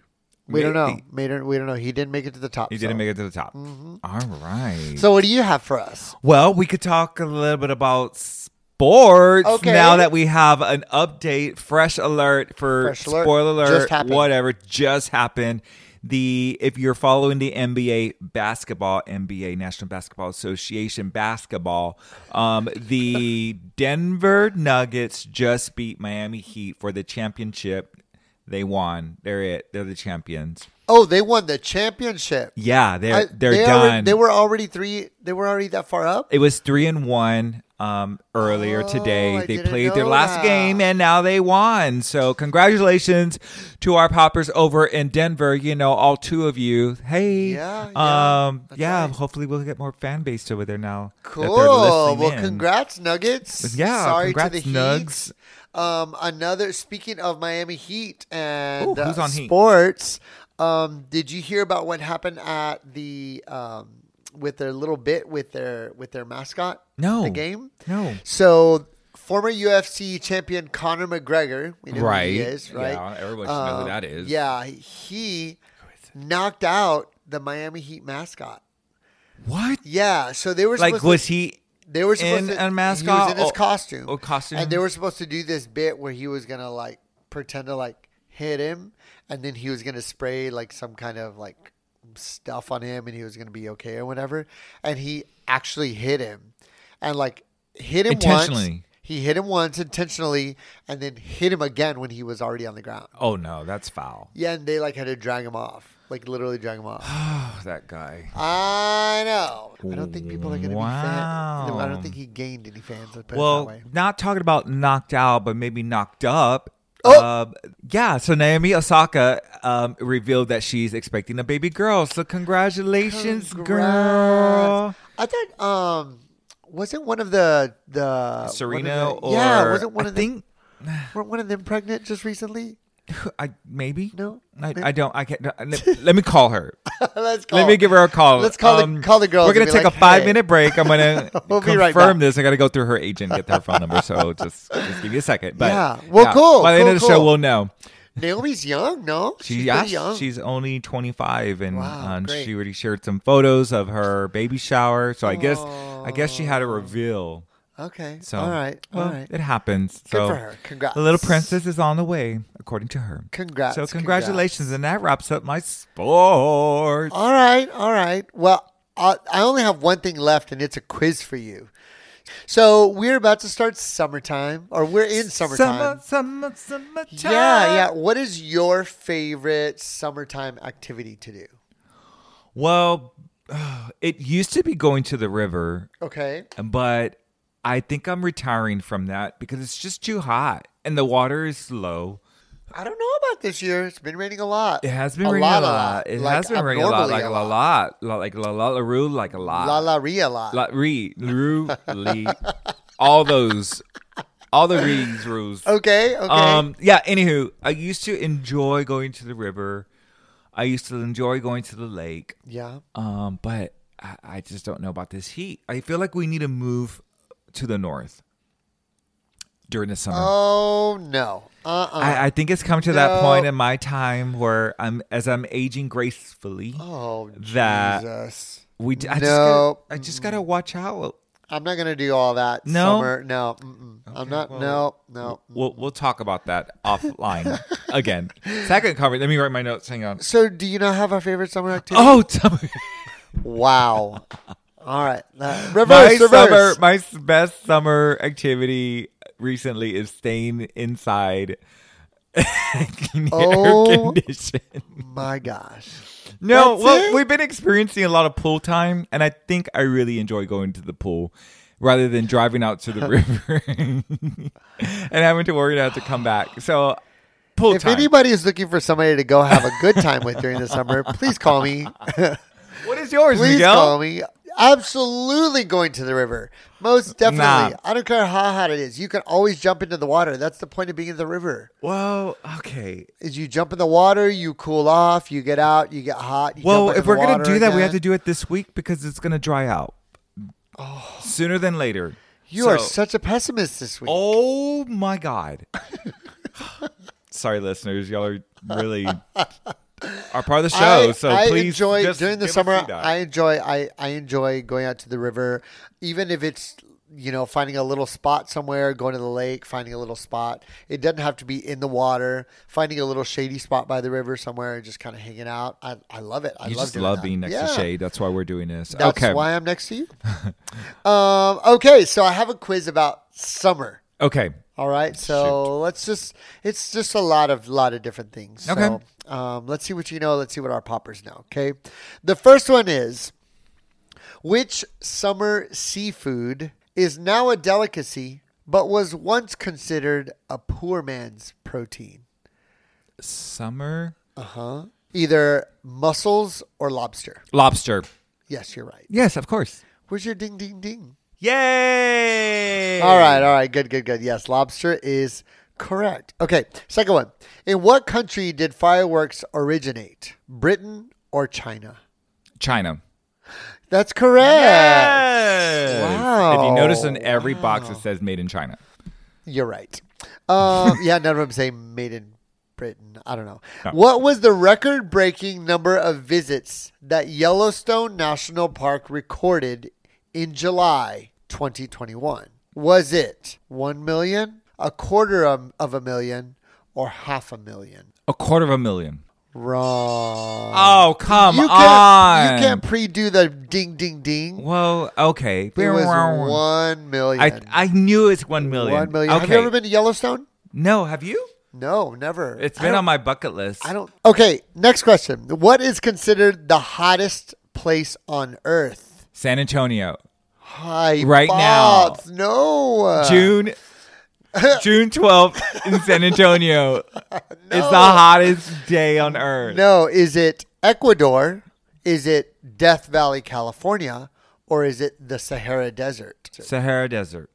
[SPEAKER 1] We don't know.
[SPEAKER 2] Maybe.
[SPEAKER 1] We don't, we don't know. He didn't make it to the top.
[SPEAKER 2] You didn't make it to the top.
[SPEAKER 1] Mm-hmm.
[SPEAKER 2] All right.
[SPEAKER 1] So what do you have for us?
[SPEAKER 2] Well, we could talk a little bit about sports
[SPEAKER 1] Okay.
[SPEAKER 2] now that we have an update, fresh alert for
[SPEAKER 1] Fresh alert.
[SPEAKER 2] spoiler alert,
[SPEAKER 1] Just happened.
[SPEAKER 2] whatever just happened. The if you're following the NBA basketball, NBA National Basketball Association basketball, um, the Denver Nuggets just beat Miami Heat for the championship. They won. They're it. They're the champions.
[SPEAKER 1] Oh, they won the championship.
[SPEAKER 2] Yeah, they're
[SPEAKER 1] I-
[SPEAKER 2] they're
[SPEAKER 1] they
[SPEAKER 2] done.
[SPEAKER 1] already- they were already three. They were already that far up.
[SPEAKER 2] It was three and one um, earlier today.
[SPEAKER 1] Oh, I
[SPEAKER 2] they
[SPEAKER 1] didn't
[SPEAKER 2] played their
[SPEAKER 1] know
[SPEAKER 2] last
[SPEAKER 1] that.
[SPEAKER 2] game and now they won. So congratulations to our poppers over in Denver. You know, all two of you. Hey,
[SPEAKER 1] Yeah, yeah,
[SPEAKER 2] um,
[SPEAKER 1] that's
[SPEAKER 2] yeah.
[SPEAKER 1] right.
[SPEAKER 2] Hopefully, we'll get more fan base over there now. that they're
[SPEAKER 1] Cool.
[SPEAKER 2] listening
[SPEAKER 1] Well,
[SPEAKER 2] in.
[SPEAKER 1] congrats, Nuggets.
[SPEAKER 2] Yeah,
[SPEAKER 1] Sorry
[SPEAKER 2] congrats,
[SPEAKER 1] to the
[SPEAKER 2] Nugs.
[SPEAKER 1] Heat. Um, another. Speaking of Miami Heat and
[SPEAKER 2] Ooh, who's
[SPEAKER 1] uh,
[SPEAKER 2] on Heat?
[SPEAKER 1] sports, um, did you hear about what happened at the um, with their little bit with their with their mascot?
[SPEAKER 2] No.
[SPEAKER 1] the game.
[SPEAKER 2] No.
[SPEAKER 1] So. Former UFC champion Conor McGregor, we know
[SPEAKER 2] Right.
[SPEAKER 1] who he is, right?
[SPEAKER 2] Yeah, everybody should know who
[SPEAKER 1] Um,
[SPEAKER 2] that is.
[SPEAKER 1] Yeah, he knocked out the Miami Heat mascot.
[SPEAKER 2] What?
[SPEAKER 1] Yeah, so they were
[SPEAKER 2] Like,
[SPEAKER 1] supposed to-
[SPEAKER 2] was he?
[SPEAKER 1] they were supposed
[SPEAKER 2] in
[SPEAKER 1] to
[SPEAKER 2] a mascot
[SPEAKER 1] He was in his
[SPEAKER 2] or-
[SPEAKER 1] costume.
[SPEAKER 2] or costume?
[SPEAKER 1] And they were supposed to do this bit where he was gonna like pretend to like hit him, and then he was gonna spray like some kind of like stuff on him, and he was gonna be okay or whatever. And he actually hit him, and like hit him Once.
[SPEAKER 2] Intentionally.
[SPEAKER 1] He hit him once intentionally, and then hit him again when he was already on the ground.
[SPEAKER 2] Oh no, that's foul.
[SPEAKER 1] Yeah, and they like had to drag him off, like literally drag him off.
[SPEAKER 2] Oh, that guy.
[SPEAKER 1] I know. I don't think people are going to be fans. I
[SPEAKER 2] Wow.
[SPEAKER 1] don't think he gained any fans. Let's put it that
[SPEAKER 2] Well,
[SPEAKER 1] way.
[SPEAKER 2] not talking about knocked out, but maybe knocked up.
[SPEAKER 1] Oh!
[SPEAKER 2] Um, yeah, so Naomi Osaka um, revealed that she's expecting a baby girl. So congratulations, girl.
[SPEAKER 1] Congrats. I thought um wasn't one of the the
[SPEAKER 2] Serena
[SPEAKER 1] one of the-
[SPEAKER 2] or
[SPEAKER 1] yeah wasn't one
[SPEAKER 2] I
[SPEAKER 1] of them
[SPEAKER 2] think
[SPEAKER 1] weren't one of them pregnant just recently?
[SPEAKER 2] I maybe
[SPEAKER 1] No?
[SPEAKER 2] I,
[SPEAKER 1] Maybe.
[SPEAKER 2] I don't I can't let, let me call her
[SPEAKER 1] Let's call.
[SPEAKER 2] let me give her a call Um,
[SPEAKER 1] Let's call the- call the girls
[SPEAKER 2] we're gonna
[SPEAKER 1] and be
[SPEAKER 2] take
[SPEAKER 1] like,
[SPEAKER 2] a five
[SPEAKER 1] "Hey."
[SPEAKER 2] minute break I'm gonna
[SPEAKER 1] We'll be
[SPEAKER 2] confirm
[SPEAKER 1] right back.
[SPEAKER 2] this I gotta go through her agent and get their phone number so just just give you a second but
[SPEAKER 1] Yeah. Well, cool,
[SPEAKER 2] by the end
[SPEAKER 1] cool,
[SPEAKER 2] of the show
[SPEAKER 1] cool.
[SPEAKER 2] we'll know
[SPEAKER 1] Naomi's young, no?
[SPEAKER 2] She,
[SPEAKER 1] pretty
[SPEAKER 2] yeah, she's only 25, and
[SPEAKER 1] Wow,
[SPEAKER 2] um,
[SPEAKER 1] great.
[SPEAKER 2] she already shared some photos of her baby shower. So I guess I guess she had a reveal.
[SPEAKER 1] okay.
[SPEAKER 2] So
[SPEAKER 1] all right.
[SPEAKER 2] well,
[SPEAKER 1] all right.
[SPEAKER 2] it happens.
[SPEAKER 1] Good
[SPEAKER 2] so
[SPEAKER 1] for her. Congrats.
[SPEAKER 2] the little princess is on the way, according to her.
[SPEAKER 1] Congrats.
[SPEAKER 2] so
[SPEAKER 1] congrats.
[SPEAKER 2] congratulations, and that wraps up my sports.
[SPEAKER 1] All right, all right. Well, I, I only have one thing left, and it's a quiz for you. So we're about to start summertime, or we're in summertime.
[SPEAKER 2] Summer, summer, summertime.
[SPEAKER 1] Yeah, yeah. What is your favorite summertime activity to do?
[SPEAKER 2] Well, it used to be going to the river,
[SPEAKER 1] Okay.
[SPEAKER 2] but I think I'm retiring from that because it's just too hot and the water is low.
[SPEAKER 1] I don't know about this year. It's been raining a lot.
[SPEAKER 2] It has been
[SPEAKER 1] A
[SPEAKER 2] raining
[SPEAKER 1] lot,
[SPEAKER 2] a lot. It
[SPEAKER 1] like
[SPEAKER 2] has been raining a lot,
[SPEAKER 1] abnormally
[SPEAKER 2] like a lot, lot, like la la larue, like a lot,
[SPEAKER 1] La la ria a lot.
[SPEAKER 2] la re, rue, lee, all those, all the rees, rules.
[SPEAKER 1] okay, okay.
[SPEAKER 2] Um, yeah. Anywho, I used to enjoy going to the river. I used to enjoy going to the lake.
[SPEAKER 1] yeah.
[SPEAKER 2] Um, but I, I just don't know about this heat. I feel like we need to move to the north during the summer.
[SPEAKER 1] Oh no. Uh uh
[SPEAKER 2] I, I think it's come to that
[SPEAKER 1] No.
[SPEAKER 2] point in my time where I'm as I'm aging gracefully.
[SPEAKER 1] Oh
[SPEAKER 2] That-
[SPEAKER 1] Jesus.
[SPEAKER 2] We d- I just gotta,
[SPEAKER 1] No.
[SPEAKER 2] I just gotta watch out.
[SPEAKER 1] I'm not gonna do all that.
[SPEAKER 2] No?
[SPEAKER 1] Summer. No. Mm-mm. I'm not. no. No.
[SPEAKER 2] We'll we'll talk about that offline again. Second cover. Let me write my notes. Hang on.
[SPEAKER 1] So, do you not have a favorite summer activity?
[SPEAKER 2] Oh, tell me-
[SPEAKER 1] Wow. All right. Uh,
[SPEAKER 2] my
[SPEAKER 1] reverse,
[SPEAKER 2] summer,
[SPEAKER 1] reverse.
[SPEAKER 2] my s- best summer activity recently is staying inside. in
[SPEAKER 1] Oh.
[SPEAKER 2] air condition.
[SPEAKER 1] My gosh.
[SPEAKER 2] No,
[SPEAKER 1] That's
[SPEAKER 2] well,
[SPEAKER 1] it?
[SPEAKER 2] we've been experiencing a lot of pool time, and I think I really enjoy going to the pool rather than driving out to the river and having to worry not to come back. So, pool
[SPEAKER 1] If
[SPEAKER 2] time.
[SPEAKER 1] anybody is looking for somebody to go have a good time with during the summer, please call me.
[SPEAKER 2] what is yours,
[SPEAKER 1] please
[SPEAKER 2] Miguel?
[SPEAKER 1] call me. Absolutely going to the river. Most definitely.
[SPEAKER 2] Nah.
[SPEAKER 1] I don't care how hot it is. You can always jump into the water. That's the point of being in the river.
[SPEAKER 2] Well, okay.
[SPEAKER 1] Is you jump in the water, you cool off, you get out, you get hot. You jump
[SPEAKER 2] Well,
[SPEAKER 1] back in
[SPEAKER 2] if
[SPEAKER 1] the
[SPEAKER 2] we're gonna
[SPEAKER 1] water
[SPEAKER 2] do that, we
[SPEAKER 1] again.
[SPEAKER 2] have to do it this week because it's gonna dry out sooner than later.
[SPEAKER 1] Oh. You are
[SPEAKER 2] So-
[SPEAKER 1] such a pessimist this week.
[SPEAKER 2] Oh my god. Sorry, listeners, y'all are really are part of the show.
[SPEAKER 1] I,
[SPEAKER 2] so
[SPEAKER 1] I
[SPEAKER 2] please
[SPEAKER 1] enjoy
[SPEAKER 2] just
[SPEAKER 1] during the
[SPEAKER 2] give us
[SPEAKER 1] summer.
[SPEAKER 2] feedback.
[SPEAKER 1] I enjoy I I enjoy going out to the river, even if it's you know finding a little spot somewhere, going to the lake, finding a little spot. It doesn't have to be in the water. Finding a little shady spot by the river somewhere and just kind of hanging out. I, I love it. I
[SPEAKER 2] you
[SPEAKER 1] love
[SPEAKER 2] just
[SPEAKER 1] doing
[SPEAKER 2] love
[SPEAKER 1] that.
[SPEAKER 2] being next
[SPEAKER 1] Yeah.
[SPEAKER 2] to shade. That's why we're doing this.
[SPEAKER 1] That's
[SPEAKER 2] okay.
[SPEAKER 1] why I'm next to you. um, okay, so I have a quiz about summer.
[SPEAKER 2] okay.
[SPEAKER 1] All right, so let's just—it's just a lot of lot of different things.
[SPEAKER 2] Okay.
[SPEAKER 1] So, um, let's see what you know. Let's see what our poppers know. Okay, the first one is which summer seafood is now a delicacy, but was once considered a poor man's protein?
[SPEAKER 2] Summer
[SPEAKER 1] Uh huh. Either mussels or lobster.
[SPEAKER 2] lobster.
[SPEAKER 1] Yes, you're right.
[SPEAKER 2] Yes, of course.
[SPEAKER 1] Where's your ding ding ding?
[SPEAKER 2] Yay!
[SPEAKER 1] All right, all right, good, good, good. Yes, lobster is correct. Okay, second one. In what country did fireworks originate? Britain or China?
[SPEAKER 2] China.
[SPEAKER 1] That's correct.
[SPEAKER 2] Yes. If you notice in
[SPEAKER 1] Wow,
[SPEAKER 2] every box it says made in China.
[SPEAKER 1] You're right. Um, yeah, none of them say made in Britain. I don't know. What was the record breaking number of visits that Yellowstone National Park recorded in July 2021? Was it 1 million, a quarter of, of a million, or half a million?
[SPEAKER 2] A quarter of a million.
[SPEAKER 1] Wrong.
[SPEAKER 2] Oh, come
[SPEAKER 1] you
[SPEAKER 2] on.
[SPEAKER 1] can't, you can't pre do the ding, ding, ding.
[SPEAKER 2] Well, okay.
[SPEAKER 1] It was 1 million.
[SPEAKER 2] I I knew it's one million.
[SPEAKER 1] 1 million.
[SPEAKER 2] Okay.
[SPEAKER 1] Have you ever been to Yellowstone?
[SPEAKER 2] No, have you?
[SPEAKER 1] No, never.
[SPEAKER 2] It's
[SPEAKER 1] I
[SPEAKER 2] been
[SPEAKER 1] don't-
[SPEAKER 2] on my bucket list.
[SPEAKER 1] I don't. Okay, next question. What is considered the hottest place on Earth?
[SPEAKER 2] San Antonio,
[SPEAKER 1] Hi,
[SPEAKER 2] Right now.
[SPEAKER 1] Bobs. No.
[SPEAKER 2] June June twelfth in San Antonio. It's the hottest day on earth.
[SPEAKER 1] No. Is it Ecuador? Is it Death Valley, California, or is it the Sahara Desert?
[SPEAKER 2] Sahara Desert.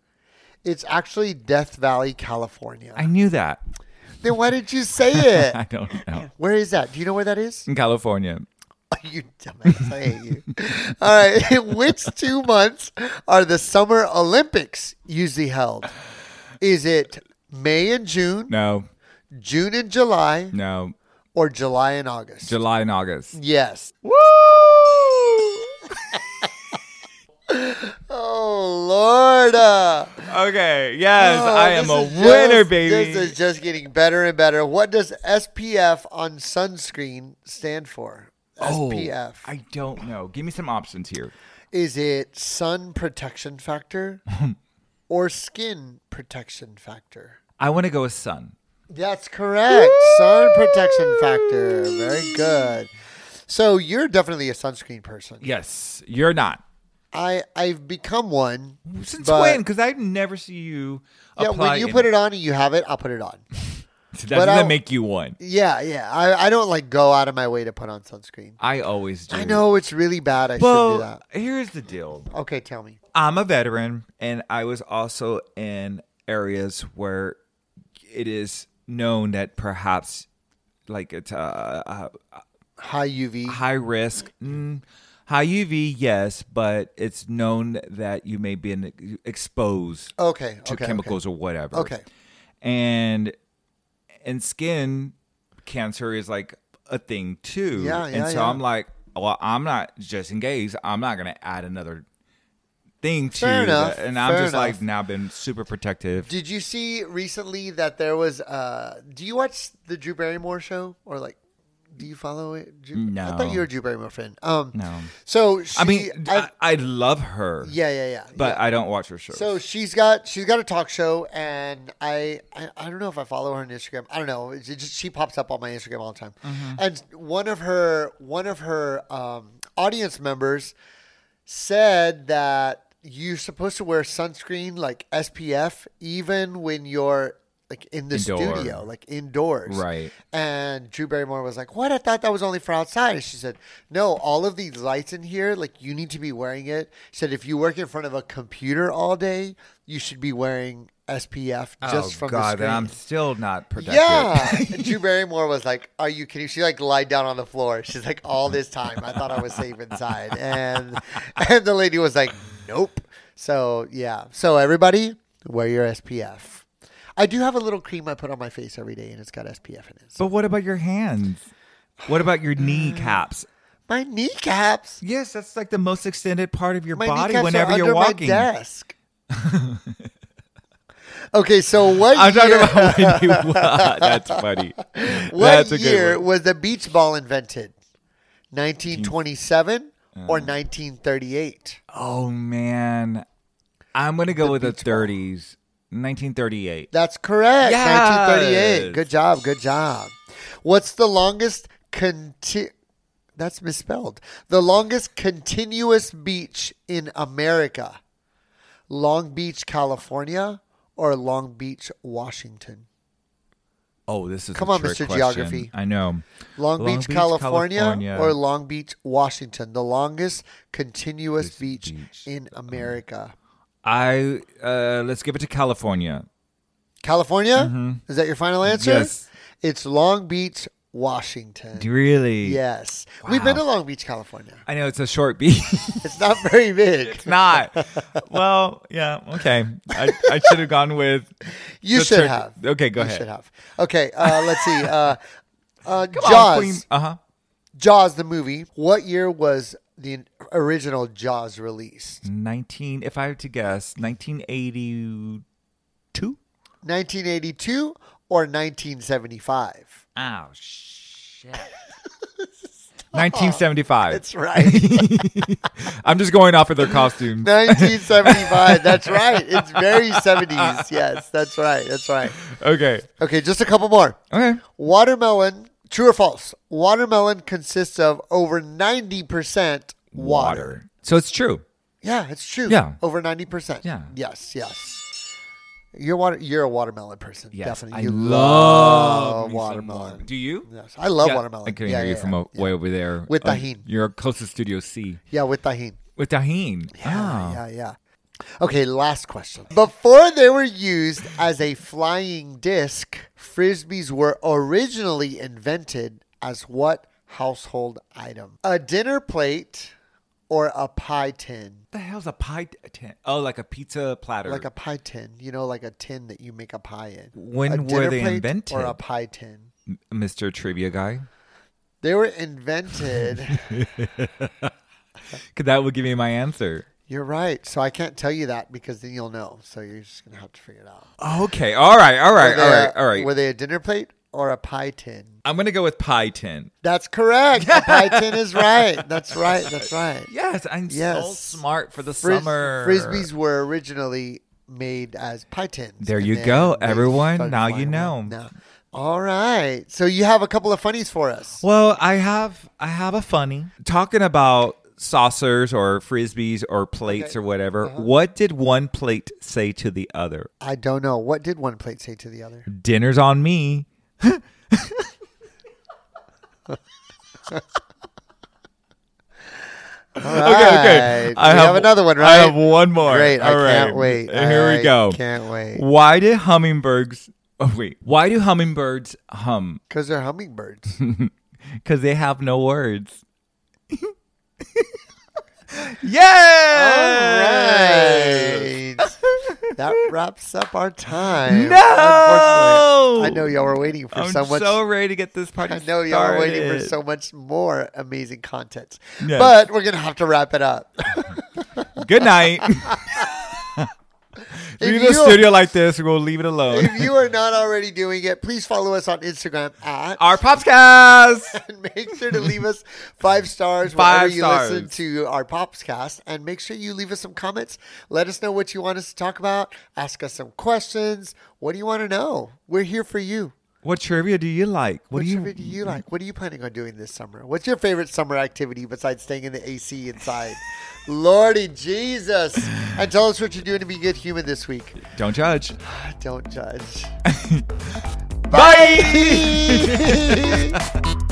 [SPEAKER 1] It's actually Death Valley, California.
[SPEAKER 2] I knew that.
[SPEAKER 1] then why did you say it?
[SPEAKER 2] I don't know.
[SPEAKER 1] Where is that? Do you know where that is?
[SPEAKER 2] In California,
[SPEAKER 1] you dumbass! I hate you. All right. Which two months are the Summer Olympics usually held? Is it May and June,
[SPEAKER 2] no.
[SPEAKER 1] June and July
[SPEAKER 2] No,
[SPEAKER 1] or July and August.
[SPEAKER 2] July and August.
[SPEAKER 1] yes.
[SPEAKER 2] Woo!
[SPEAKER 1] Oh, Lorda.
[SPEAKER 2] okay. Yes,
[SPEAKER 1] Oh,
[SPEAKER 2] I am
[SPEAKER 1] this
[SPEAKER 2] a
[SPEAKER 1] is
[SPEAKER 2] winner,
[SPEAKER 1] just-
[SPEAKER 2] baby.
[SPEAKER 1] This is just getting better and better. What does SPF on sunscreen stand for?
[SPEAKER 2] Oh,
[SPEAKER 1] SPF.
[SPEAKER 2] I don't know. Give me some options here.
[SPEAKER 1] Is it sun protection factor or skin protection factor?
[SPEAKER 2] I want to go with sun.
[SPEAKER 1] That's correct. Sun protection factor. Very good. So you're definitely a sunscreen person.
[SPEAKER 2] Yes, you're not.
[SPEAKER 1] I I've become one.
[SPEAKER 2] Since
[SPEAKER 1] but-
[SPEAKER 2] when? Because I never see you
[SPEAKER 1] Yeah,
[SPEAKER 2] apply.
[SPEAKER 1] when you put it on and you have it, I'll put it on.
[SPEAKER 2] doesn't
[SPEAKER 1] but
[SPEAKER 2] that
[SPEAKER 1] I'll-
[SPEAKER 2] make you one?
[SPEAKER 1] Yeah, yeah. I, I don't like go out of my way to put on sunscreen.
[SPEAKER 2] I always do.
[SPEAKER 1] I know it's really bad. I
[SPEAKER 2] Well,
[SPEAKER 1] should do that.
[SPEAKER 2] here's the deal.
[SPEAKER 1] Okay, tell me.
[SPEAKER 2] I'm a veteran, and I was also in areas where it is known that perhaps, like it's uh, uh,
[SPEAKER 1] High UV.
[SPEAKER 2] high risk, mm, high UV, yes, but it's known that you may be in, exposed
[SPEAKER 1] Okay.
[SPEAKER 2] to
[SPEAKER 1] okay,
[SPEAKER 2] chemicals or whatever.
[SPEAKER 1] Okay.
[SPEAKER 2] and and skin cancer is like a thing too.
[SPEAKER 1] Yeah,
[SPEAKER 2] and
[SPEAKER 1] yeah,
[SPEAKER 2] so
[SPEAKER 1] yeah.
[SPEAKER 2] I'm like, well, I'm not just engaged. I'm not gonna add another thing to
[SPEAKER 1] Fair
[SPEAKER 2] that.
[SPEAKER 1] enough,
[SPEAKER 2] And I'm
[SPEAKER 1] fair
[SPEAKER 2] just like
[SPEAKER 1] enough.
[SPEAKER 2] now been super protective.
[SPEAKER 1] Okay. Did you see recently that there was? uh Do you watch the Drew Barrymore show or like? Do you follow it? Drew-
[SPEAKER 2] No.
[SPEAKER 1] I thought you were a Drew Barrymore fan. Um,
[SPEAKER 2] No.
[SPEAKER 1] So she,
[SPEAKER 2] I mean,
[SPEAKER 1] I-
[SPEAKER 2] I, I love her,
[SPEAKER 1] yeah, yeah, yeah.
[SPEAKER 2] but I don't watch her shows.
[SPEAKER 1] So she's got she's got a talk show, and I I, I don't know if I follow her on Instagram. I don't know. It's just, she pops up on my Instagram all the time.
[SPEAKER 2] Mm-hmm.
[SPEAKER 1] And one of her one of her um, audience members said that you're supposed to wear sunscreen like SPF even when you're like in the
[SPEAKER 2] Indoor.
[SPEAKER 1] studio, like indoors,
[SPEAKER 2] Right.
[SPEAKER 1] and Drew Barrymore was like, "What? I thought that was only for outside." And she said, "No, all of these lights in here, like you need to be wearing it." She said, "If you work in front of a computer all day, you should be wearing SPF just
[SPEAKER 2] oh
[SPEAKER 1] from
[SPEAKER 2] God,
[SPEAKER 1] the
[SPEAKER 2] and I'm
[SPEAKER 1] screen."
[SPEAKER 2] still not protected.
[SPEAKER 1] Yeah, and Drew Barrymore was like, "Are you kidding?" She like lied down on the floor. She's like, "All this time, I thought I was safe inside," and and the lady was like, "Nope." So yeah, so everybody wear your SPF. I do have a little cream I put on my face every day, and it's got SPF in it. so-
[SPEAKER 2] But what about your hands? What about your kneecaps?
[SPEAKER 1] My kneecaps.
[SPEAKER 2] Yes, that's like the most extended part of your
[SPEAKER 1] My
[SPEAKER 2] body
[SPEAKER 1] kneecaps
[SPEAKER 2] whenever
[SPEAKER 1] are
[SPEAKER 2] you're
[SPEAKER 1] under
[SPEAKER 2] walking.
[SPEAKER 1] my desk. okay, so what
[SPEAKER 2] I'm talking
[SPEAKER 1] year,
[SPEAKER 2] about when you. that's funny.
[SPEAKER 1] what
[SPEAKER 2] that's a
[SPEAKER 1] year
[SPEAKER 2] good one.
[SPEAKER 1] was the beach ball invented? 1927 or
[SPEAKER 2] Uh.
[SPEAKER 1] 1938?
[SPEAKER 2] Oh man, I'm gonna go with the 30s, 1938.
[SPEAKER 1] That's correct.
[SPEAKER 2] Yes.
[SPEAKER 1] 1938. Good job. Good job. What's the longest conti- That's misspelled. The longest continuous beach in America. Long Beach, California or Long Beach, Washington?
[SPEAKER 2] Oh, this is
[SPEAKER 1] Come
[SPEAKER 2] a
[SPEAKER 1] on,
[SPEAKER 2] trick
[SPEAKER 1] Mr.
[SPEAKER 2] question.
[SPEAKER 1] Geography.
[SPEAKER 2] I know.
[SPEAKER 1] Long,
[SPEAKER 2] Long
[SPEAKER 1] Beach,
[SPEAKER 2] Beach,
[SPEAKER 1] California,
[SPEAKER 2] California.
[SPEAKER 1] or Long Beach, Washington, the longest continuous
[SPEAKER 2] This
[SPEAKER 1] beach,
[SPEAKER 2] beach.
[SPEAKER 1] in America.
[SPEAKER 2] I uh, let's give it to California.
[SPEAKER 1] California? Is that your final answer?
[SPEAKER 2] Mm-hmm. Yes.
[SPEAKER 1] It's Long Beach, Washington.
[SPEAKER 2] Really?
[SPEAKER 1] yes. We've been to Long Beach, California.
[SPEAKER 2] I know it's a short beat.
[SPEAKER 1] It's not very big.
[SPEAKER 2] Not well, yeah, okay. I, I should have gone with
[SPEAKER 1] You
[SPEAKER 2] the
[SPEAKER 1] should
[SPEAKER 2] trick-
[SPEAKER 1] have.
[SPEAKER 2] Okay, go
[SPEAKER 1] you
[SPEAKER 2] ahead.
[SPEAKER 1] should have. Okay, uh, let's see. Uh, uh,
[SPEAKER 2] Come
[SPEAKER 1] Jaws.
[SPEAKER 2] on, Queen. Uh huh.
[SPEAKER 1] Jaws, the movie. What year was the original Jaws released?
[SPEAKER 2] 19. If I had to guess, 1982.
[SPEAKER 1] 1982 or 1975?
[SPEAKER 2] Oh shit. 1975.
[SPEAKER 1] That's right.
[SPEAKER 2] I'm just going off of their costumes.
[SPEAKER 1] 1975. That's right. It's very 70s. Yes, that's right. That's right.
[SPEAKER 2] Okay.
[SPEAKER 1] Okay, just a couple more.
[SPEAKER 2] Okay.
[SPEAKER 1] Watermelon, true or false? Watermelon consists of over 90% water.
[SPEAKER 2] So it's true.
[SPEAKER 1] Yeah, it's true.
[SPEAKER 2] Yeah.
[SPEAKER 1] Over 90%.
[SPEAKER 2] Yeah.
[SPEAKER 1] Yes, yes. You're water you're a watermelon person.
[SPEAKER 2] Yes.
[SPEAKER 1] Definitely.
[SPEAKER 2] I
[SPEAKER 1] you
[SPEAKER 2] love me some
[SPEAKER 1] watermelon.
[SPEAKER 2] Do you?
[SPEAKER 1] Yes. I love
[SPEAKER 2] Yeah.
[SPEAKER 1] watermelon.
[SPEAKER 2] I couldn't
[SPEAKER 1] yeah,
[SPEAKER 2] hear you
[SPEAKER 1] yeah,
[SPEAKER 2] from
[SPEAKER 1] yeah.
[SPEAKER 2] o- way over there.
[SPEAKER 1] With
[SPEAKER 2] Uh,
[SPEAKER 1] tahini.
[SPEAKER 2] Your closest studio C.
[SPEAKER 1] Yeah, with tahini.
[SPEAKER 2] With tahine.
[SPEAKER 1] Yeah,
[SPEAKER 2] Oh.
[SPEAKER 1] yeah, yeah. Okay, last question. Before they were used as a flying disc, frisbees were originally invented as what household item? A dinner plate or a pie tin,
[SPEAKER 2] the hell's a pie t- tin? Oh, like a pizza platter.
[SPEAKER 1] like a pie tin. You know, like a tin that you make a pie in.
[SPEAKER 2] When
[SPEAKER 1] a
[SPEAKER 2] were
[SPEAKER 1] dinner
[SPEAKER 2] they
[SPEAKER 1] plate
[SPEAKER 2] invented?
[SPEAKER 1] Or a pie tin.
[SPEAKER 2] M- Mr. Trivia guy.
[SPEAKER 1] They were invented.
[SPEAKER 2] Cause that would give me my answer.
[SPEAKER 1] You're right. So I can't tell you that because then you'll know. So you're just gonna have to figure it out.
[SPEAKER 2] Okay. All right. All right.
[SPEAKER 1] Were
[SPEAKER 2] All
[SPEAKER 1] they
[SPEAKER 2] right.
[SPEAKER 1] a-
[SPEAKER 2] All right.
[SPEAKER 1] Were they a dinner plate or a pie tin?
[SPEAKER 2] I'm gonna go with pie tin.
[SPEAKER 1] That's correct. A pie tin is right. That's right. That's right.
[SPEAKER 2] Yes, I'm so
[SPEAKER 1] Yes.
[SPEAKER 2] smart for the
[SPEAKER 1] Fris-
[SPEAKER 2] summer.
[SPEAKER 1] Frisbees were originally made as pie tins.
[SPEAKER 2] There
[SPEAKER 1] and
[SPEAKER 2] you
[SPEAKER 1] then
[SPEAKER 2] go,
[SPEAKER 1] they
[SPEAKER 2] everyone.
[SPEAKER 1] started
[SPEAKER 2] Now
[SPEAKER 1] flying
[SPEAKER 2] you know.
[SPEAKER 1] around. Now- All right. So you have a couple of funnies for us.
[SPEAKER 2] Well, I have I have a funny talking about saucers or frisbees or plates
[SPEAKER 1] Okay. Uh-huh.
[SPEAKER 2] or whatever. What did one plate say to the other?
[SPEAKER 1] I don't know. What did one plate say to the other?
[SPEAKER 2] Dinner's on me.
[SPEAKER 1] okay, okay. I have, another one, right?
[SPEAKER 2] I have one more.
[SPEAKER 1] Great.
[SPEAKER 2] All
[SPEAKER 1] I
[SPEAKER 2] right.
[SPEAKER 1] can't wait.
[SPEAKER 2] Here
[SPEAKER 1] I
[SPEAKER 2] we go.
[SPEAKER 1] Can't wait.
[SPEAKER 2] Why did hummingbirds? Oh wait. Why do hummingbirds hum?
[SPEAKER 1] Because they're hummingbirds.
[SPEAKER 2] Because they have no words. yeah.
[SPEAKER 1] right. that wraps up our time.
[SPEAKER 2] No!
[SPEAKER 1] Unfortunately, I know y'all were waiting for
[SPEAKER 2] I'm
[SPEAKER 1] so much.
[SPEAKER 2] so ready to get this party.
[SPEAKER 1] I know y'all are waiting for
[SPEAKER 2] started.
[SPEAKER 1] so much more amazing content.
[SPEAKER 2] Yes.
[SPEAKER 1] But we're going to have to wrap it up.
[SPEAKER 2] Good night.
[SPEAKER 1] If
[SPEAKER 2] Leave
[SPEAKER 1] you-
[SPEAKER 2] the studio like this. We'll leave it alone.
[SPEAKER 1] if you are not already doing it, please follow us on Instagram at
[SPEAKER 2] Our popscast.
[SPEAKER 1] and make sure to leave us five stars wherever
[SPEAKER 2] Five
[SPEAKER 1] you
[SPEAKER 2] stars.
[SPEAKER 1] listen to our Popscast. And make sure you leave us some comments. Let us know what you want us to talk about. Ask us some questions. What do you want to know? We're here for you.
[SPEAKER 2] What trivia do you like? What,
[SPEAKER 1] What
[SPEAKER 2] do you?
[SPEAKER 1] do you like? What are you planning on doing this summer? What's your favorite summer activity besides staying in the AC inside? Lordy Jesus. And tell us what you're doing to be a good human this week.
[SPEAKER 2] Don't judge.
[SPEAKER 1] Don't judge.
[SPEAKER 2] Bye.
[SPEAKER 1] Bye.